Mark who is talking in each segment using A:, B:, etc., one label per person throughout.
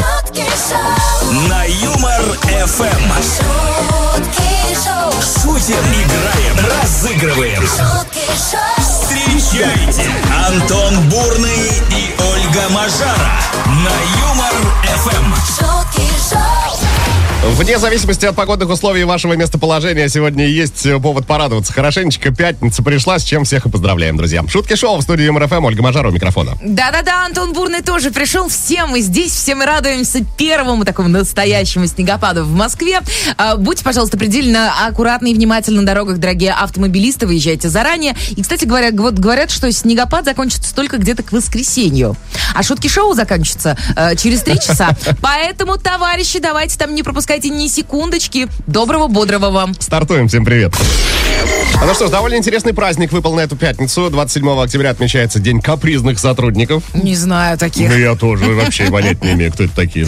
A: Шутки шоу,
B: На Юмор ФМ
A: шутки шоу,
B: шутим, играем, разыгрываем.
A: шутки шоу,
B: Встречайте Антон Бурный и Ольга Мажара на Юмор Эм. ФМ.
A: шутки шоу,
C: Вне зависимости от погодных условий и вашего местоположения, сегодня есть э, повод порадоваться. Хорошенечко пятница пришла, с чем всех и поздравляем, друзья. Шутки шоу в студии МРФМ, Ольга Мажарова у микрофона.
D: Да-да-да, Антон Бурный тоже пришел. Все мы здесь, все мы радуемся первому такому настоящему снегопаду в Москве. А, Будьте, пожалуйста, предельно аккуратны и внимательны на дорогах, дорогие автомобилисты. Выезжайте заранее. И, кстати говоря, г- вот говорят, что снегопад закончится только где-то к воскресенью. А шутки-шоу заканчиваются э, через три часа. Поэтому, товарищи, давайте там не пропускайте ни секундочки. Доброго, бодрого вам.
C: Стартуем, всем привет. А Ну что ж, довольно интересный праздник выпал на эту пятницу. 27 октября отмечается День капризных сотрудников.
D: Не знаю таких.
C: Ну, я тоже вообще понять не имею, кто это такие.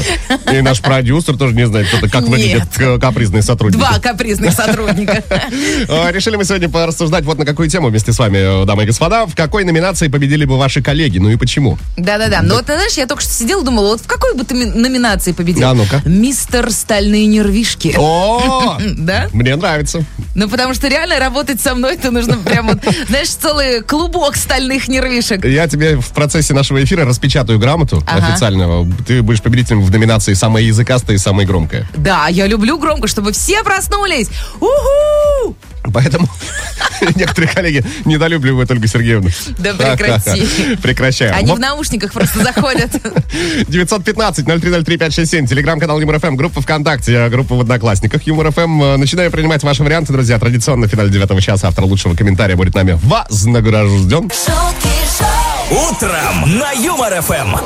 C: И наш продюсер тоже не знает, кто это, как
D: Нет.
C: выглядят э, капризные сотрудники.
D: Два капризных сотрудника.
C: Э, Решили мы сегодня порассуждать вот на какую тему вместе с вами, э, дамы и господа. В какой номинации победили бы ваши коллеги, ну и почему?
D: Да-да-да. Но вот, знаешь, я только что сидела и думала, вот в какой бы ты ми- номинации победил?
C: Да, ну-ка.
D: Мистер Стальные Нервишки.
C: О,
D: Да?
C: мне нравится.
D: Ну, потому что реально работать со мной, то нужно прям вот, знаешь, целый клубок стальных нервишек.
C: Я тебе в процессе нашего эфира распечатаю грамоту
D: Ага.
C: официального. Ты будешь победителем в номинации «Самая языкастая и самая громкая».
D: Да, я люблю громко, чтобы все проснулись. Уху!
C: Поэтому некоторые коллеги недолюбливают Ольгу Сергеевну.
D: Да прекрати.
C: Прекращаем.
D: Они
C: Вот
D: в наушниках просто заходят.
C: 915-0303-567, телеграм-канал Юмор ФМ, группа ВКонтакте, э, группа в Одноклассниках Юмор ФМ. Э, Начинаю принимать ваши варианты, друзья. Традиционно в финале девятого часа автор лучшего комментария будет нами вознагражден.
A: шутки шоу,
B: Утром на Юмор Эм. ФМ.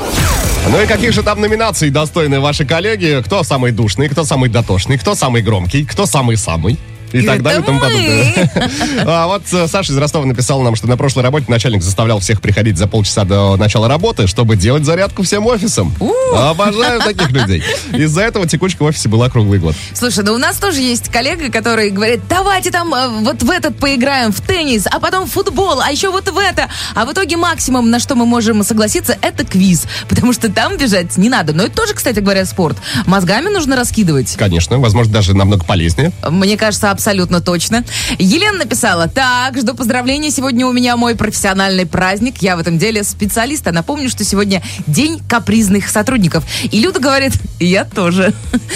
C: Ну и каких же там номинаций достойны ваши коллеги? Кто самый душный, кто самый дотошный, кто самый громкий, кто самый-самый? И так
D: Это
C: далее и тому
D: мы.
C: подобное. А вот э, Саша из Ростова написал нам, что на прошлой работе начальник заставлял всех приходить за полчаса до начала работы, чтобы делать зарядку всем офисом. Обожаю таких людей. Из-за этого текучка в офисе была круглый год.
D: Слушай, да у нас тоже есть коллега, который говорит, давайте там э, вот в этот поиграем, в теннис, а потом в футбол, а еще вот в это. А в итоге максимум, на что мы можем согласиться, это квиз, потому что там бежать не надо. Но это тоже, кстати говоря, спорт. Мозгами нужно раскидывать.
C: Конечно, возможно, даже намного полезнее.
D: Мне кажется, абсолютно точно. Елена написала, так, жду поздравления, сегодня у меня мой профессиональный праздник, я в этом деле специалист, а напомню, что сегодня день капризных сотрудников. И Люда говорит, я тоже.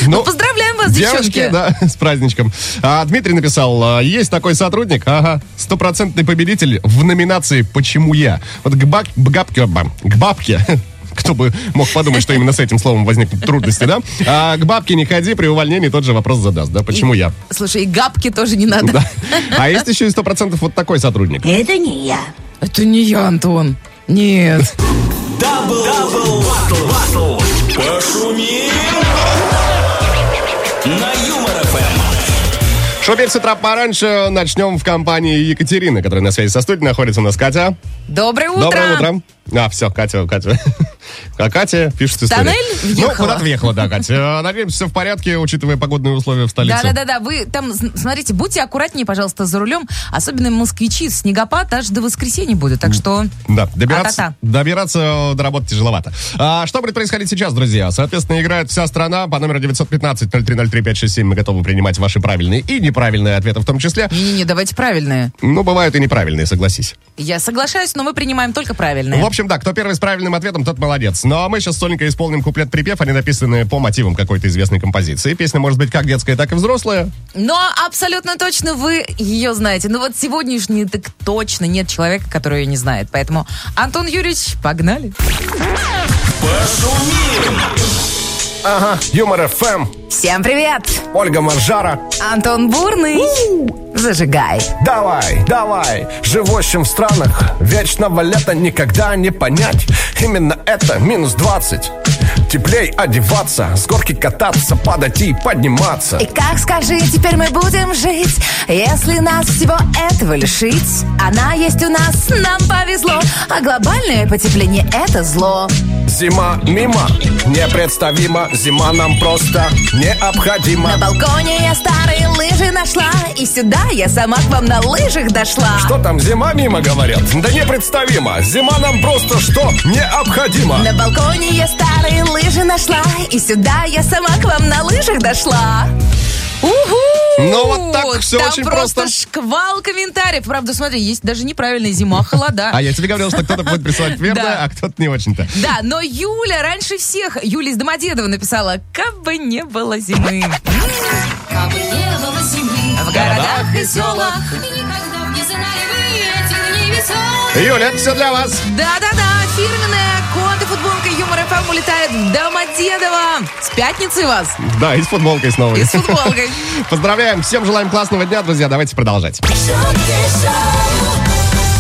D: Ну, поздравляем вас,
C: Девочки,
D: девчонки.
C: да, с праздничком. А, Дмитрий написал, а, есть такой сотрудник, ага, стопроцентный победитель в номинации «Почему я?». Вот к, бак, к бабке, бам, к бабке, кто бы мог подумать, что именно с этим словом возникнут трудности, да? А к бабке не ходи, при увольнении тот же вопрос задаст, да, почему
D: И-
C: я?
D: Слушай, и гапки тоже не надо.
C: Да. А есть еще и сто процентов вот такой сотрудник.
E: Это не я.
D: Это не я, Антон. Нет.
B: Дабл, дабл, батл, батл. Пошумим. На Юмор Эм. ФМ.
C: Шопер с утра пораньше начнем в компании Екатерины, которая на связи со студией находится у нас Катя.
D: Доброе утро.
C: Доброе утро. А, все, Катя, Катя. А Катя пишет историю.
D: тоннель въехала?
C: Ну, куда-то въехала, да, Катя. Э, Надеемся, все в порядке, учитывая погодные условия в столице.
D: Да-да-да, вы там, с- смотрите, будьте аккуратнее, пожалуйста, за рулем. Особенно москвичи, снегопад аж до воскресенья будет, так что...
C: Да, добираться,
D: А-та-та.
C: добираться э, до работы тяжеловато. А что будет происходить сейчас, друзья? Соответственно, играет вся страна по номеру 915-0303-567. Мы готовы принимать ваши правильные и неправильные ответы в том числе.
D: Не-не-не, давайте правильные.
C: Ну, бывают и неправильные, согласись.
D: Я соглашаюсь, но мы принимаем только правильные.
C: В общем, да, кто первый с правильным ответом, тот молодец. Ну а мы сейчас с Соленькой исполним куплет-припев. Они написаны по мотивам какой-то известной композиции. Песня может быть как детская, так и взрослая.
D: Но абсолютно точно вы ее знаете. Ну вот сегодняшний так точно нет человека, который ее не знает. Поэтому, Антон Юрьевич, погнали.
C: Ага, Юмор ФМ,
D: Всем привет!
C: Ольга Маржара.
D: Антон Бурный. Зажигай.
C: Давай, давай, живущим в странах вечного лета никогда не понять. Именно это минус 20. Теплей одеваться, с горки кататься, падать и подниматься.
D: И как, скажи, теперь мы будем жить, если нас всего этого лишить? Она есть у нас, нам повезло. А глобальное потепление – это зло.
E: Зима мимо, непредставимо, зима нам просто
D: На
E: необходима.
D: балконе я старые лыжи нашла, и сюда я сама к вам на лыжах дошла.
E: Что там, зима мимо, говорят? Да непредставимо, зима нам просто что необходимо.
D: На балконе я старые лыжи нашла, и сюда я сама к вам на лыжах дошла. Уху!
C: Ну, вот так всё
D: Там
C: очень
D: просто
C: просто.
D: шквал комментариев. Правда, смотри, есть даже неправильная зима, холода.
C: А я тебе говорил, что кто-то будет присылать
D: Да.
C: верное, а кто-то не очень-то.
D: Да, но Юля раньше всех, Юля из Домодедова написала, как бы не было зимы.
A: Как бы не было зимы
D: В городах и селах.
A: Никогда б не знали вы этих невесомых
C: Юля, это все для вас.
D: Да-да-да, фирменная кот и футболка Юмор ФМ улетает в Домодедово. С пятницей вас
C: Да, и с футболкой снова.
D: и с футболкой.
C: Поздравляем, всем желаем классного дня, друзья. Давайте продолжать.
A: Шутки шоу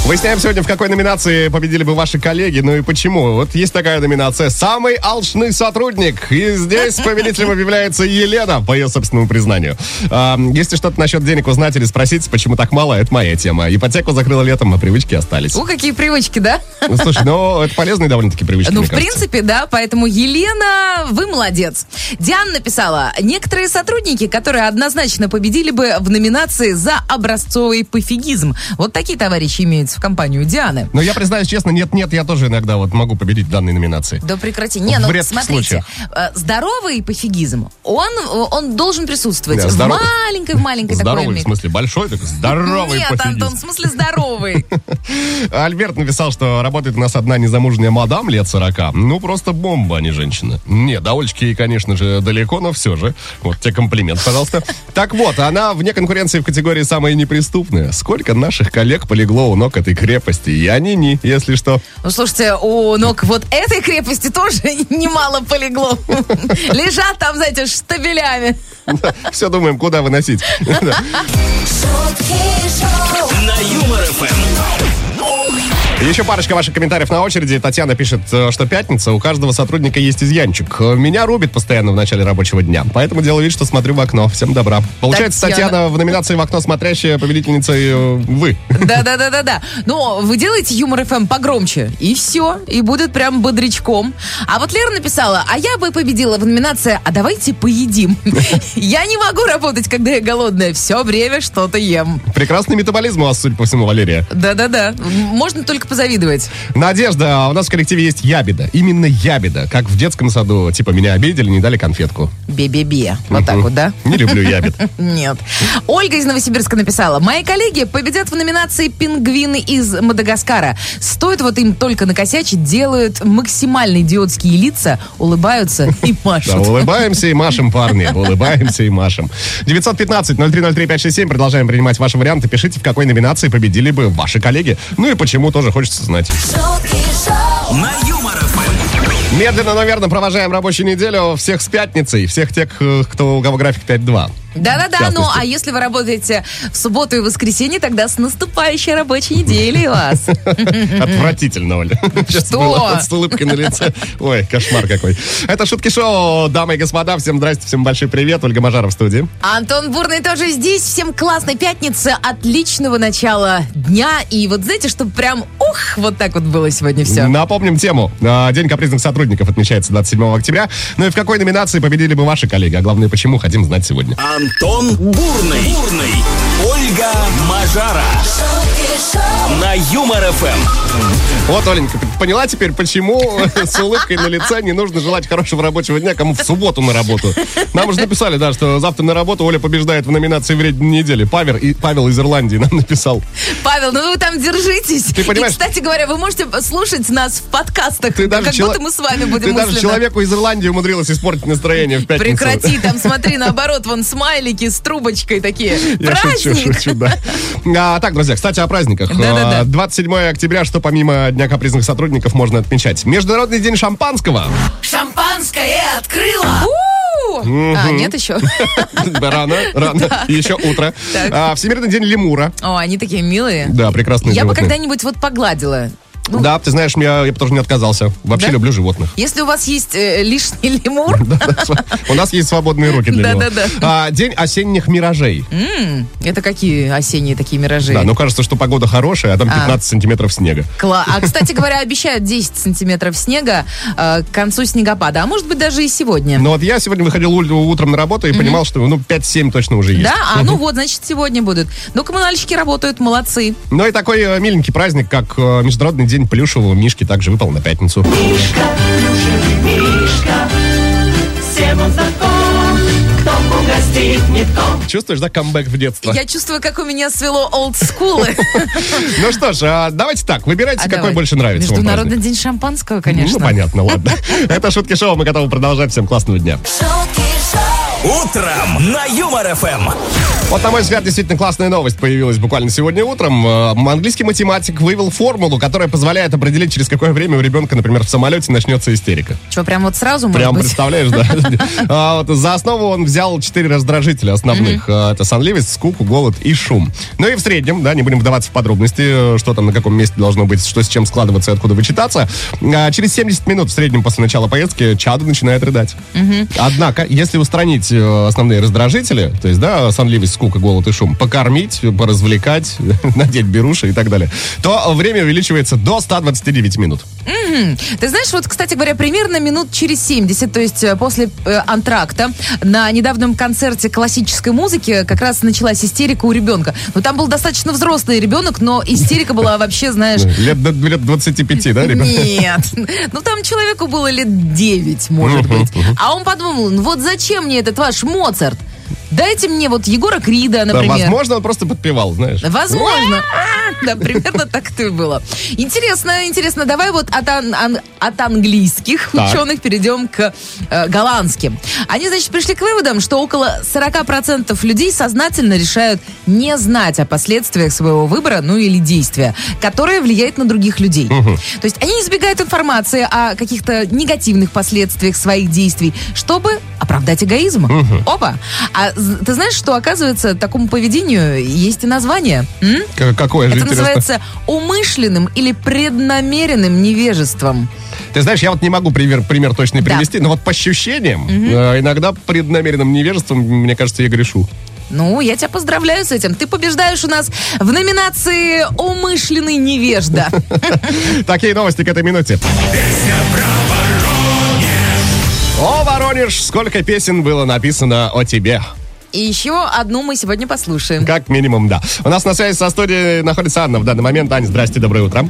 C: Выясняем сегодня, в какой номинации победили бы ваши коллеги, ну и почему. Вот есть такая номинация «Самый алчный сотрудник». И здесь победителем объявляется Елена, по ее собственному признанию. А, если что-то насчет денег узнать или спросить, почему так мало, это моя тема. Ипотеку закрыла летом, а привычки остались.
D: У, какие привычки, да?
C: Ну, Слушай, ну это полезные довольно-таки привычки,
D: Ну,
C: мне
D: в
C: кажется.
D: принципе, да, поэтому Елена, вы молодец. Диана написала, некоторые сотрудники, которые однозначно победили бы в номинации за образцовый пофигизм. Вот такие товарищи имеются в компанию Дианы.
C: Но я признаюсь честно, нет-нет, я тоже иногда вот могу победить в данной номинации.
D: Да прекрати. Не, ну
C: В редких
D: смотрите,
C: случаях.
D: э, здоровый пофигизм, он, э, он должен присутствовать
C: Да,
D: в
C: здоровый.
D: маленькой-маленькой такой
C: Здоровый, в
D: мере.
C: смысле, большой, так здоровый
D: Нет,
C: пофигизм.
D: Антон, в смысле здоровый.
C: Альберт написал, что работает у нас одна незамужняя мадам лет 40. Ну, просто бомба, а не женщина. Не, до Олечки, ей, конечно же, далеко, но все же. Вот тебе комплимент, пожалуйста. Так вот, она вне конкуренции в категории «Самая неприступная». Сколько наших коллег полегло у ног этой крепости? И они не, если что.
D: Ну, слушайте, у ног вот этой крепости тоже немало полегло. Лежат там, знаете, штабелями.
C: Все думаем, куда выносить.
A: Шутки шоу
B: На Юмор Эм. ФМ.
C: Еще парочка ваших комментариев на очереди. Татьяна пишет, э, что пятница, у каждого сотрудника есть изъянчик. Э, Меня рубит постоянно в начале рабочего дня, поэтому делаю вид, что смотрю в окно. Всем добра. Получается,
D: Татьяна.
C: Татьяна, в номинации «В окно смотрящая» победительница э, вы.
D: Да-да-да-да-да. Но вы делаете Юмор ФМ погромче, и все, и будет прям бодрячком. А вот Лера написала, а я бы победила в номинации «А давайте поедим». Я не могу работать, когда я голодная, все время что-то ем.
C: Прекрасный метаболизм у вас, судя по всему, Валерия.
D: Да-да-да, можно только позавидовать.
C: Надежда, а у нас в коллективе есть ябеда. Именно ябеда. Как в детском саду. Типа, меня обидели, не дали конфетку.
D: Бе-бе-бе, вот так
C: Мгм.
D: вот, да?
C: Не люблю ябед.
D: Нет. Ольга из Новосибирска написала. Мои коллеги победят в номинации «Пингвины из Мадагаскара». Стоит вот им только накосячить, делают максимально идиотские лица, улыбаются и
C: Да,
D: машут.
C: улыбаемся и машем, парни. Улыбаемся и машем. 915-0303-567. Продолжаем принимать ваши варианты. Пишите, в какой номинации победили бы ваши коллеги. Ну и почему, тоже хочется знать.
A: Шутки шоу
B: На Юмор Эм. ФМ.
C: Медленно, но верно провожаем рабочую неделю. Всех с пятницей. Всех тех, э, кто, у кого график 5-2. В
D: Да-да-да,
C: частности.
D: ну а если вы работаете в субботу и воскресенье, тогда с наступающей рабочей неделей вас.
C: Отвратительно, Оля. Сейчас
D: а- Что?
C: было вот с улыбкой на лице. Ой, кошмар какой. Это Шутки Шоу, дамы и господа. Всем здрасте, всем большой привет. Ольга Мажаров в студии.
D: Антон Бурный тоже здесь. Всем классной пятницы, отличного начала дня. И вот знаете, чтобы прям ух, вот так вот было сегодня все.
C: Напомним тему. А, День капризных сотрудников отмечается 27 октября. Ну и в какой номинации победили бы ваши коллеги? А главное, почему, хотим знать сегодня.
B: Антон Бурный. Бурный. Ольга Мажара.
A: Шутки шоу
B: На Юмор Эм. ФМ.
C: Вот, Оленька, п- поняла теперь, почему с улыбкой на лице не нужно желать хорошего рабочего дня кому в субботу на работу. Нам уже написали, да, что завтра на работу Оля побеждает в номинации «Вред недели». Павел, и, Павел из Ирландии нам написал.
D: Павел, ну вы там держитесь.
C: Ты понимаешь-
D: И, кстати говоря, вы можете слушать нас в подкастах,
C: Ты даже
D: Ну, как
C: чело-
D: будто мы с вами будем
C: Ты даже
D: мысленно.
C: человеку из Ирландии умудрилась испортить настроение в пятницу.
D: Прекрати, там смотри, наоборот, вон смайлики с трубочкой такие.
C: Я шучу,
D: Праздник!
C: шучу, да. А, так, друзья, кстати, о праздниках.
D: Да-да-да.
C: А, 27 октября, что помимо Дня капризных сотрудников можно отмечать? Международный день шампанского.
D: Шампанское открыла! А, нет еще?
C: Рано, рано. Еще утро.
D: Так.
C: А, Всемирный день лемура.
D: О, они такие милые.
C: Да, прекрасные
D: Я бы
C: животные.
D: когда-нибудь вот погладила
C: Да, ты знаешь, меня, я бы тоже не отказался. Вообще
D: Да?
C: люблю животных.
D: Если у вас есть э, лишний лемур,
C: У нас есть свободные руки для него.
D: Да-да-да.
C: А, День осенних миражей.
D: это какие осенние такие миражи?
C: Да, ну кажется, что погода хорошая, а там 15 сантиметров снега.
D: Кла- А, кстати говоря, обещают 10 сантиметров снега э, к концу снегопада. А может быть, даже и сегодня.
C: Но вот я сегодня выходил уль- утром на работу и понимал, что ну 5-7 точно уже есть.
D: Да? А ну вот, значит, сегодня будут. Но коммунальщики работают, молодцы.
C: Ну и такой э, миленький праздник, как э, Международный день плюшевого мишки, также выпал на пятницу.
F: Мишка, плюшевый мишка, всем он знаком. Кто угостит, не то.
C: Чувствуешь, да, камбэк в детство?
D: Я чувствую, как у меня свело олдскулы.
C: Ну что ж, а, давайте так, выбирайте,
D: А
C: какой
D: давай.
C: больше нравится вам
D: Международный
C: праздник.
D: день шампанского, конечно.
C: Ну понятно, ладно. Это «Шутки шоу», мы готовы продолжать. Всем классного дня.
A: шутки шоу,
B: Утром на Юмор ФМ.
C: Вот, на мой взгляд, действительно классная новость появилась буквально сегодня утром. Э, Английский математик вывел формулу, которая позволяет определить, через какое время у ребенка, например, в самолете начнется истерика.
D: Что, прям вот сразу, может
C: Прям
D: быть?
C: представляешь, да? А, вот За основу он взял четыре раздражителя основных. А, Это сонливость, скуку, голод и шум. Ну и в среднем, да, не будем вдаваться в подробности, э, что там на каком месте должно быть, что с чем складываться и откуда вычитаться. А, Через 70 минут в среднем после начала поездки чадо начинает рыдать. Однако, если устранить э, основные раздражители, то есть, да, сонливость, скука, голод и шум, покормить, поразвлекать, надеть беруши и так далее, то время увеличивается до 129 минут.
D: Ты знаешь, вот, кстати говоря, примерно минут через 70, то есть э, после э, антракта, на недавнем концерте классической музыки как раз началась истерика у ребенка. Ну, там был достаточно взрослый ребенок, но истерика была вообще, знаешь...
C: Лет, до- лет 25, да, ребята?
D: Нет. Ну, там человеку было лет 9, может
C: Мгм,
D: быть. А он подумал, ну вот зачем мне этот ваш Моцарт? Дайте мне вот Егора Крида,
C: Да,
D: например.
C: возможно, он просто подпевал, знаешь.
D: Возможно. Да, примерно так это и было. Интересно, интересно. Давай вот от, ан- ан- от английских
C: Так.
D: ученых перейдем к э, голландским. Они, значит, пришли к выводам, что около 40% людей сознательно решают не знать о последствиях своего выбора, ну или действия, которое влияет на других людей. То есть они избегают информации о каких-то негативных последствиях своих действий, чтобы оправдать эгоизм. Опа! А з- ты знаешь, что, оказывается, такому поведению есть и название? М?
C: К- Какое же
D: Это
C: интересно.
D: называется умышленным или преднамеренным невежеством.
C: Ты знаешь, я вот не могу пример, пример точный
D: Да.
C: привести, но вот по ощущениям, э, иногда преднамеренным невежеством, мне кажется, я грешу.
D: Ну, я тебя поздравляю с этим. Ты побеждаешь у нас в номинации «Умышленный невежда».
C: Такие новости к этой минуте. О, Воронеж, сколько песен было написано о тебе.
D: И еще одну мы сегодня послушаем.
C: Как минимум, да. У нас на связи со студией находится Анна в данный момент. Аня, здрасте, доброе утро.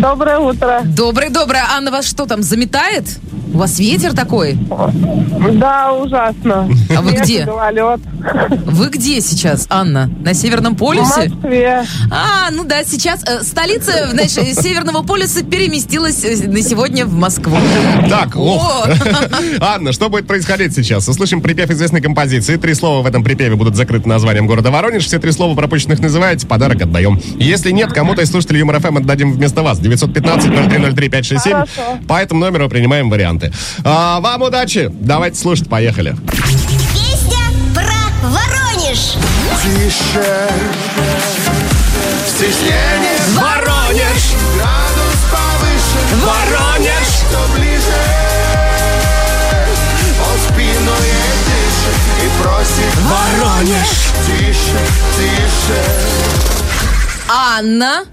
G: Доброе утро.
D: Доброе-доброе. Анна вас что там, заметает? У вас ветер такой?
G: Да, ужасно.
D: А вы
G: Снег,
D: где?
G: гололед.
D: Вы где сейчас, Анна? На Северном
G: В
D: полюсе?
G: Москве.
D: А, ну да, сейчас э, столица, знаешь, э, Северного полюса переместилась э, на сегодня в Москву.
C: Так, ох. Анна, что будет происходить сейчас? Услышим припев известной композиции. Три слова в этом припеве будут закрыты названием города Воронеж. Все три слова пропущенных называете, подарок отдаем. Если нет, кому-то из слушателей Юмор ФМ отдадим вместо вас. 915-0303-567.
G: Хорошо.
C: По этому номеру принимаем варианты. А, вам удачи. Давайте слушать. Поехали.
A: песня про Воронеж.
B: Воронеж! Воронеж! Воронеж!
D: Анна,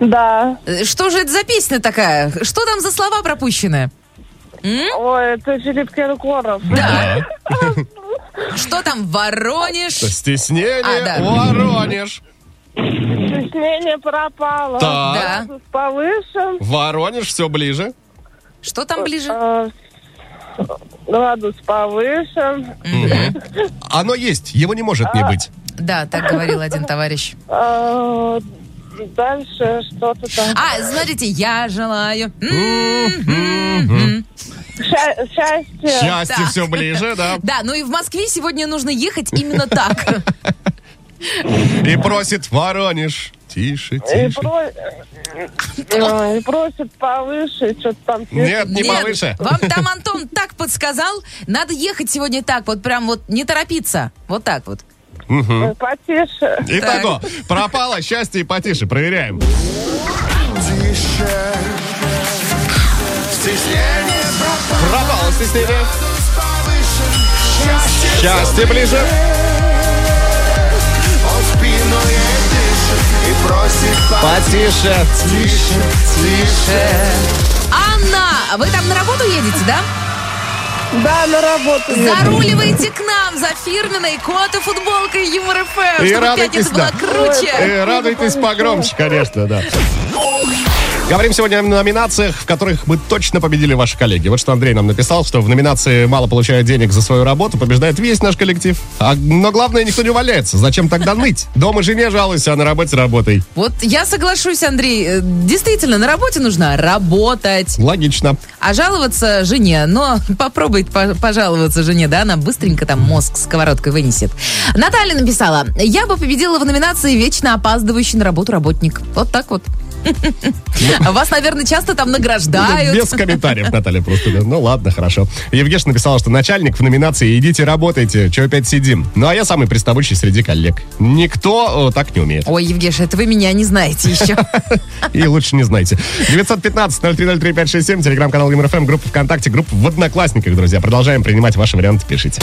G: Да.
D: э, что же это за песня такая? Что там за слова пропущенные?
G: Ой, это Филипп Киркоров.
D: Да. Что там, Воронеж?
C: Стеснение.
D: А, да.
C: Воронеж.
G: Стеснение пропало.
C: Так.
D: Да.
G: Повыше.
C: Воронеж все ближе.
D: Что там ближе?
G: э, Градус повыше.
C: Оно есть. Его не может
D: А,
C: не быть.
D: Да, так говорил один товарищ.
G: Э, Дальше что-то там.
D: А, смотрите, я желаю. М-м-м.
G: Ща- Счастье.
C: Счастье
D: так.
C: все ближе, да.
D: Да, ну и в Москве сегодня нужно ехать именно так.
C: И просит Воронеж. Тише,
G: И,
C: тише.
G: про- э, и просит повыше, что-то там.
C: Нет, не
D: Нет,
C: повыше.
D: Вам там Антон так подсказал, надо ехать сегодня так, вот прям вот не торопиться. Вот так вот.
G: Э, Потише.
C: Итого, пропало счастье и потише. Проверяем.
H: выше. Стеснение пропало,
C: Пропало стеснение.
H: повыше. Счастье
C: Счастье ближе.
H: он спину ей дышит и просит
C: Потише.
H: потише, тише.
D: Анна, вы там на работу едете, да?
G: Да, на работу. еду.
D: Заруливаете к нам за фирменной кота футболкой Юмор ФМ,
C: И
D: чтобы
C: радуйтесь,
D: пятница
C: да.
D: была круче.
C: Э, радуйтесь погромче, конечно, да. Говорим сегодня о номинациях, в которых мы точно победили ваши коллеги. Вот что Андрей нам написал, что в номинации «Мало получают денег за свою работу» побеждает весь наш коллектив. А, но главное, никто не валяется. Зачем тогда ныть? Дома жене жалуйся, а на работе работай.
D: Вот я соглашусь, Андрей, э, действительно, на работе нужно работать,
C: Логично.
D: а жаловаться жене, но попробуй по- пожаловаться жене, да, она быстренько там мозг сковородкой вынесет. Наталья написала, я бы победила в номинации «Вечно опаздывающий на работу работник». Вот так вот. Вас, наверное, часто там награждают.
C: Ну. Без комментариев, Наталья, просто. да. Ну ладно, хорошо. Евгеш написала, что начальник в номинации «Идите работайте, чего опять сидим». Ну а я самый приставучий среди коллег. Никто э, так не умеет.
D: Ой, Евгеша, это вы меня не знаете еще.
C: И лучше не знайте. 915-0303-567, телеграм-канал МРФМ, группа ВКонтакте, группа в Одноклассниках, друзья. Продолжаем принимать ваши варианты, пишите.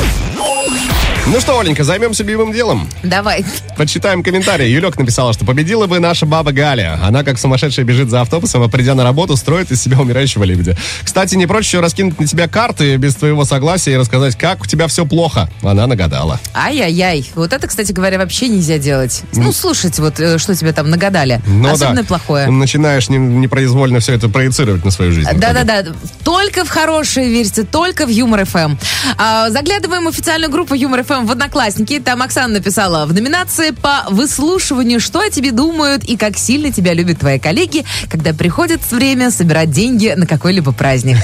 C: Ну что, Оленька, займемся любимым делом.
D: Давай.
C: Почитаем комментарии. Юлек написала, что победила бы наша баба Галя. Она как сумасшедшая бежит за автобусом, а придя на работу, строит из себя умирающего лебедя. Кстати, не прочь еще раскинуть на тебя карты без твоего согласия и рассказать, как у тебя все плохо. Она нагадала.
D: Ай-яй-яй. Вот это, кстати говоря, вообще нельзя делать. Ну, слушать, вот э, что тебе там нагадали.
C: Ну
D: Особенно
C: да,
D: плохое.
C: Начинаешь не- непроизвольно все это проецировать на свою жизнь.
D: Да-да-да, только в хорошие верьте, только в Юмор ФМ. А, заглядываем в официальную группу Юмор ФМ в Одноклассники. Там Оксана написала в номинации по выслушиванию, что о тебе думают и как сильно тебя любят твои коллеги, когда приходит время собирать деньги на какой-либо праздник.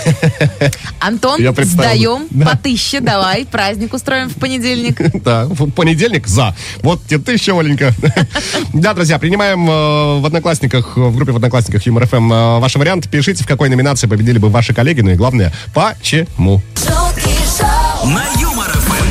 D: Антон,
C: Я представил.
D: сдаем
C: Да.
D: по тысяче, давай, праздник устроим в понедельник.
C: Да, в понедельник за. Вот тебе тысяча, Оленька. Да, друзья, принимаем э, в Одноклассниках, э, в группе в Одноклассниках Юмор ФМ э, ваши варианты. Пишите, в какой номинации победили бы ваши коллеги, ну и главное, почему.
B: На Юмор ФМ.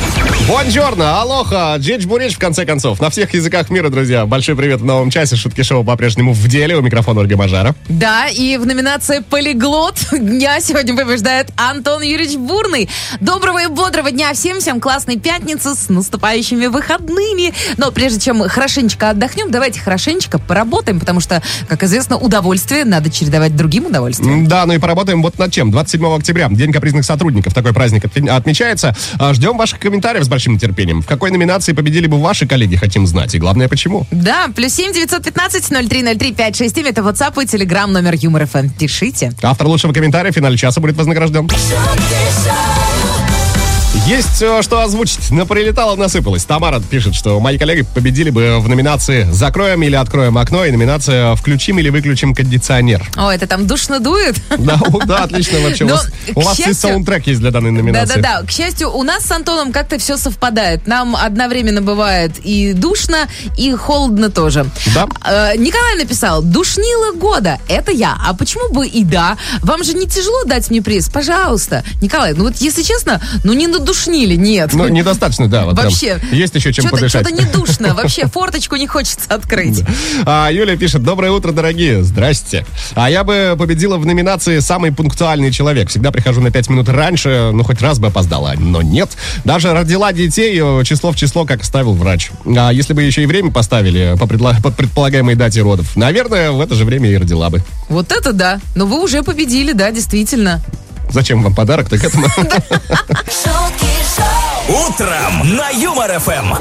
C: Бонжорно, алоха, джич бурич, в конце концов. На всех языках мира, друзья. Большой привет в новом часе. Шутки шоу по-прежнему в деле. У микрофона Ольга Мажара.
D: Да, и в номинации «Полиглот» дня сегодня побеждает Антон Юрьевич Бурный. Доброго и бодрого дня всем, всем классной пятницы с наступающими выходными. Но прежде чем хорошенечко отдохнем, давайте хорошенечко поработаем, потому что, как известно, удовольствие надо чередовать другим удовольствием.
C: М, Да, ну и поработаем вот над чем. 27 октября, День капризных сотрудников. Такой праздник отме- отмечается. А, Ждем ваших комментариев с большим нетерпением. В какой номинации победили бы ваши коллеги, хотим знать. И главное, почему.
D: Да, плюс семь девятьсот пятнадцать ноль три ноль три пять шесть семь. Это WhatsApp и Telegram номер Юмор ФМ. Пишите.
C: Автор лучшего комментария в финале часа будет вознагражден. Есть э, что озвучить. На прилетало, насыпалось. Тамара пишет, что мои коллеги победили бы в номинации «Закроем или откроем окно» и номинация «Включим или выключим кондиционер».
D: О, это там душно дует.
C: Да, о, да, отлично вообще. У
D: Но,
C: вас,
D: к
C: у вас и
D: счастью-
C: саундтрек есть для данной
D: Да,
C: номинации.
D: да, да. К счастью, у нас с Антоном как-то все совпадает. Нам одновременно бывает и душно, и холодно тоже.
C: Да.
D: Э, Николай написал: Душнила года. Это я. А почему бы и да? Вам же не тяжело дать мне приз, пожалуйста. Николай, ну вот если честно, ну не надушнили, нет.
C: Ну, недостаточно, да. Вот прям.
D: Вообще.
C: Есть еще чем
D: Чё-то-
C: подышать.
D: Чё-то не душно. Вообще форточку не хочется открыть.
C: А, Юля пишет, доброе утро, дорогие, здрасте. А я бы победила в номинации «Самый пунктуальный человек». Всегда прихожу на 5 минут раньше, ну хоть раз бы опоздала, но нет. Даже родила детей э, число в число, как ставил врач. А если бы еще и время поставили по, предла- по предполагаемой дате родов, наверное, в это же время и родила бы.
D: Вот это да. Но вы уже победили, да, действительно.
C: Зачем вам подарок, так этому?
B: Утром на Юмор ФМ.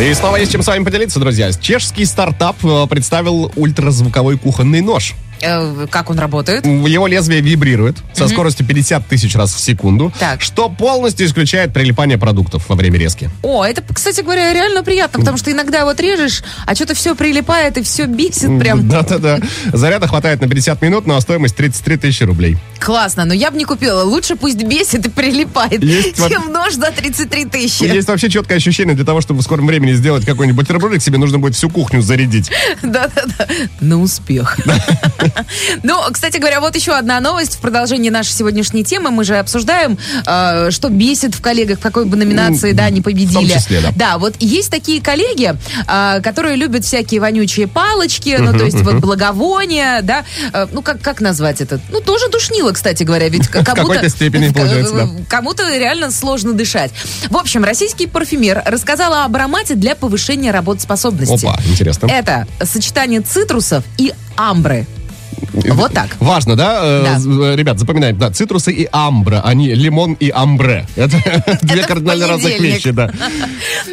C: И снова есть чем с вами поделиться, друзья. Чешский стартап э, представил ультразвуковой кухонный нож.
D: Э, как он работает?
C: Его лезвие вибрирует со скоростью 50 тысяч раз в секунду,
D: Так.
C: что полностью исключает прилипание продуктов во время резки.
D: О, это, кстати говоря, реально приятно, потому что иногда вот режешь, а что-то все прилипает и все бесит прям.
C: Да-да-да. Заряда хватает на 50 минут, но стоимость 33 тысячи рублей.
D: Классно, но я бы не купила. Лучше пусть бесит и прилипает,
C: Есть вот-
D: чем нож за 33 тысячи. вообще.
C: Есть вообще четкое ощущение, для того, чтобы в скором времени сделать какой-нибудь бутербродик, себе нужно будет всю кухню зарядить.
D: Да-да-да. На успех. Ну, кстати говоря, вот еще одна новость в продолжении нашей сегодняшней темы. Мы же обсуждаем, э, что бесит в коллегах, в какой бы номинации, да, не победили.
C: Ну, числе, да.
D: Да, вот есть такие коллеги, э, которые любят всякие вонючие палочки, ну, то есть вот благовония, да, э, ну, как, как назвать это? Ну, тоже душнило, кстати говоря, ведь к- кому-то...
C: какой-то степени,
D: в-
C: получается, да.
D: Кому-то реально сложно дышать. В общем, российский парфюмер рассказала об аромате для повышения работоспособности.
C: Опа, интересно.
D: Это сочетание цитрусов и амбры. Вот так.
C: Важно, да? Э,
D: Да.
C: з- э, Ребят, запоминаем. Да, цитрусы и амбра, а не лимон и амбре. Это две
D: в
C: кардинально разных
D: понедельник.
C: вещи, да.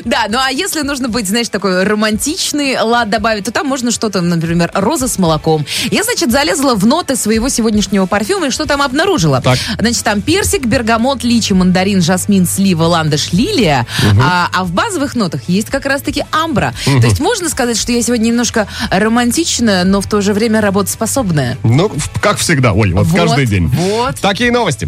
D: Да, ну а если нужно быть, знаешь, такой романтичный лад добавить, то там можно что-то, например, роза с молоком. Я, значит, залезла в ноты своего сегодняшнего парфюма и что там обнаружила.
C: Так.
D: Значит, там персик, бергамот, личи, мандарин, жасмин, слива, ландыш, лилия. А, а в базовых нотах есть как раз-таки амбра. То есть можно сказать, что я сегодня немножко романтичная, но в то же время работоспособная.
C: Ну, в- как всегда, Оль, вот
D: Вот,
C: каждый день.
D: вот.
C: Такие новости.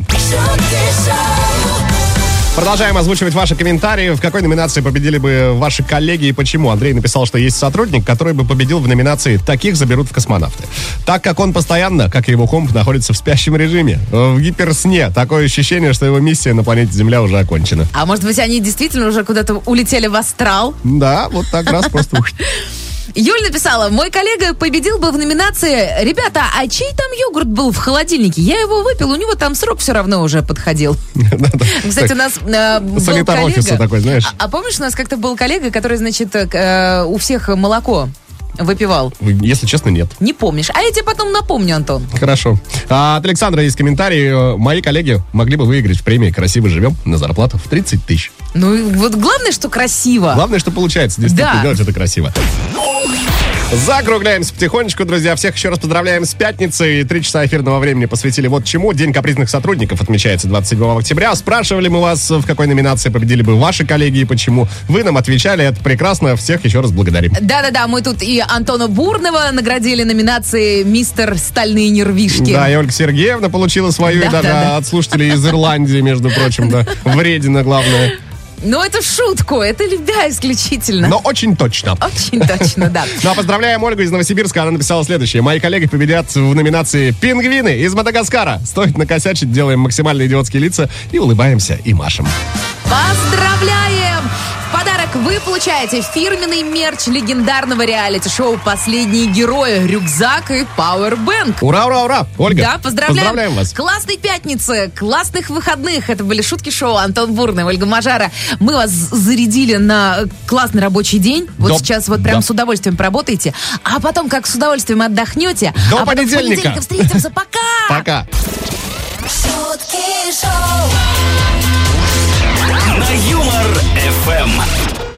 C: Продолжаем озвучивать ваши комментарии. В какой номинации победили бы ваши коллеги и почему? Андрей написал, что есть сотрудник, который бы победил в номинации «Таких заберут в космонавты». Так как он постоянно, как и его комп, находится в спящем режиме, в гиперсне. Такое ощущение, что его миссия на планете Земля уже окончена.
D: А может быть, они действительно уже куда-то улетели в астрал?
C: Да, вот так раз просто ух.
D: Юль написала, мой коллега победил бы в номинации «Ребята, а чей там йогурт был в холодильнике? Я его выпил, у него там срок все равно уже подходил». Кстати, у нас э, был
C: санитар офиса
D: коллега...
C: такой, знаешь.
D: А, а помнишь, у нас как-то был коллега, который, значит, э, к- э, у всех молоко выпивал?
C: Если честно, нет.
D: Не помнишь. А я тебе потом напомню, Антон.
C: Хорошо. А от Александра есть комментарий. Мои коллеги могли бы выиграть в премии «Красиво живем» на зарплату в 30 тысяч.
D: Ну, и вот главное, что красиво.
C: Главное, что получается действительно
D: Да.
C: делать это красиво. Закругляемся потихонечку, друзья. Всех еще раз поздравляем с пятницы. Три часа эфирного времени посвятили вот чему. День капризных сотрудников отмечается 27 октября. Спрашивали мы вас, в какой номинации победили бы ваши коллеги и почему. Вы нам отвечали. Это прекрасно. Всех еще раз благодарим.
D: Да-да-да, мы тут и Антона Бурного наградили номинацией «Мистер Стальные Нервишки».
C: Да, и Ольга Сергеевна получила свою, и
D: Да,
C: даже
D: да, да.
C: от слушателей из Ирландии, между прочим, да. Вредина, главное.
D: Но Ну, это в шутку, это любя исключительно.
C: Но очень точно.
D: Очень точно, да.
C: Ну а поздравляем Ольгу из Новосибирска. Она написала следующее. Мои коллеги победят в номинации «Пингвины» из Мадагаскара. Стоит накосячить, делаем максимально идиотские лица и улыбаемся и машем.
D: Поздравляем! В подарок вы получаете фирменный мерч легендарного реалити-шоу «Последние герои», рюкзак и пауэрбэнк.
C: Ура, ура, ура! Ольга,
D: Да, поздравляем.
C: поздравляем вас.
D: Классной пятницы, классных выходных. Это были шутки шоу Антон Бурный, Ольга Мажара. Мы вас зарядили на классный рабочий день. Вот
C: До-
D: сейчас вот прям
C: да.
D: с удовольствием поработаете, а потом как с удовольствием отдохнете.
C: До
D: а потом в
C: понедельника.
D: понедельник встретимся. Пока!
C: Пока.
A: шутки шоу.
B: На Юмор ФМ.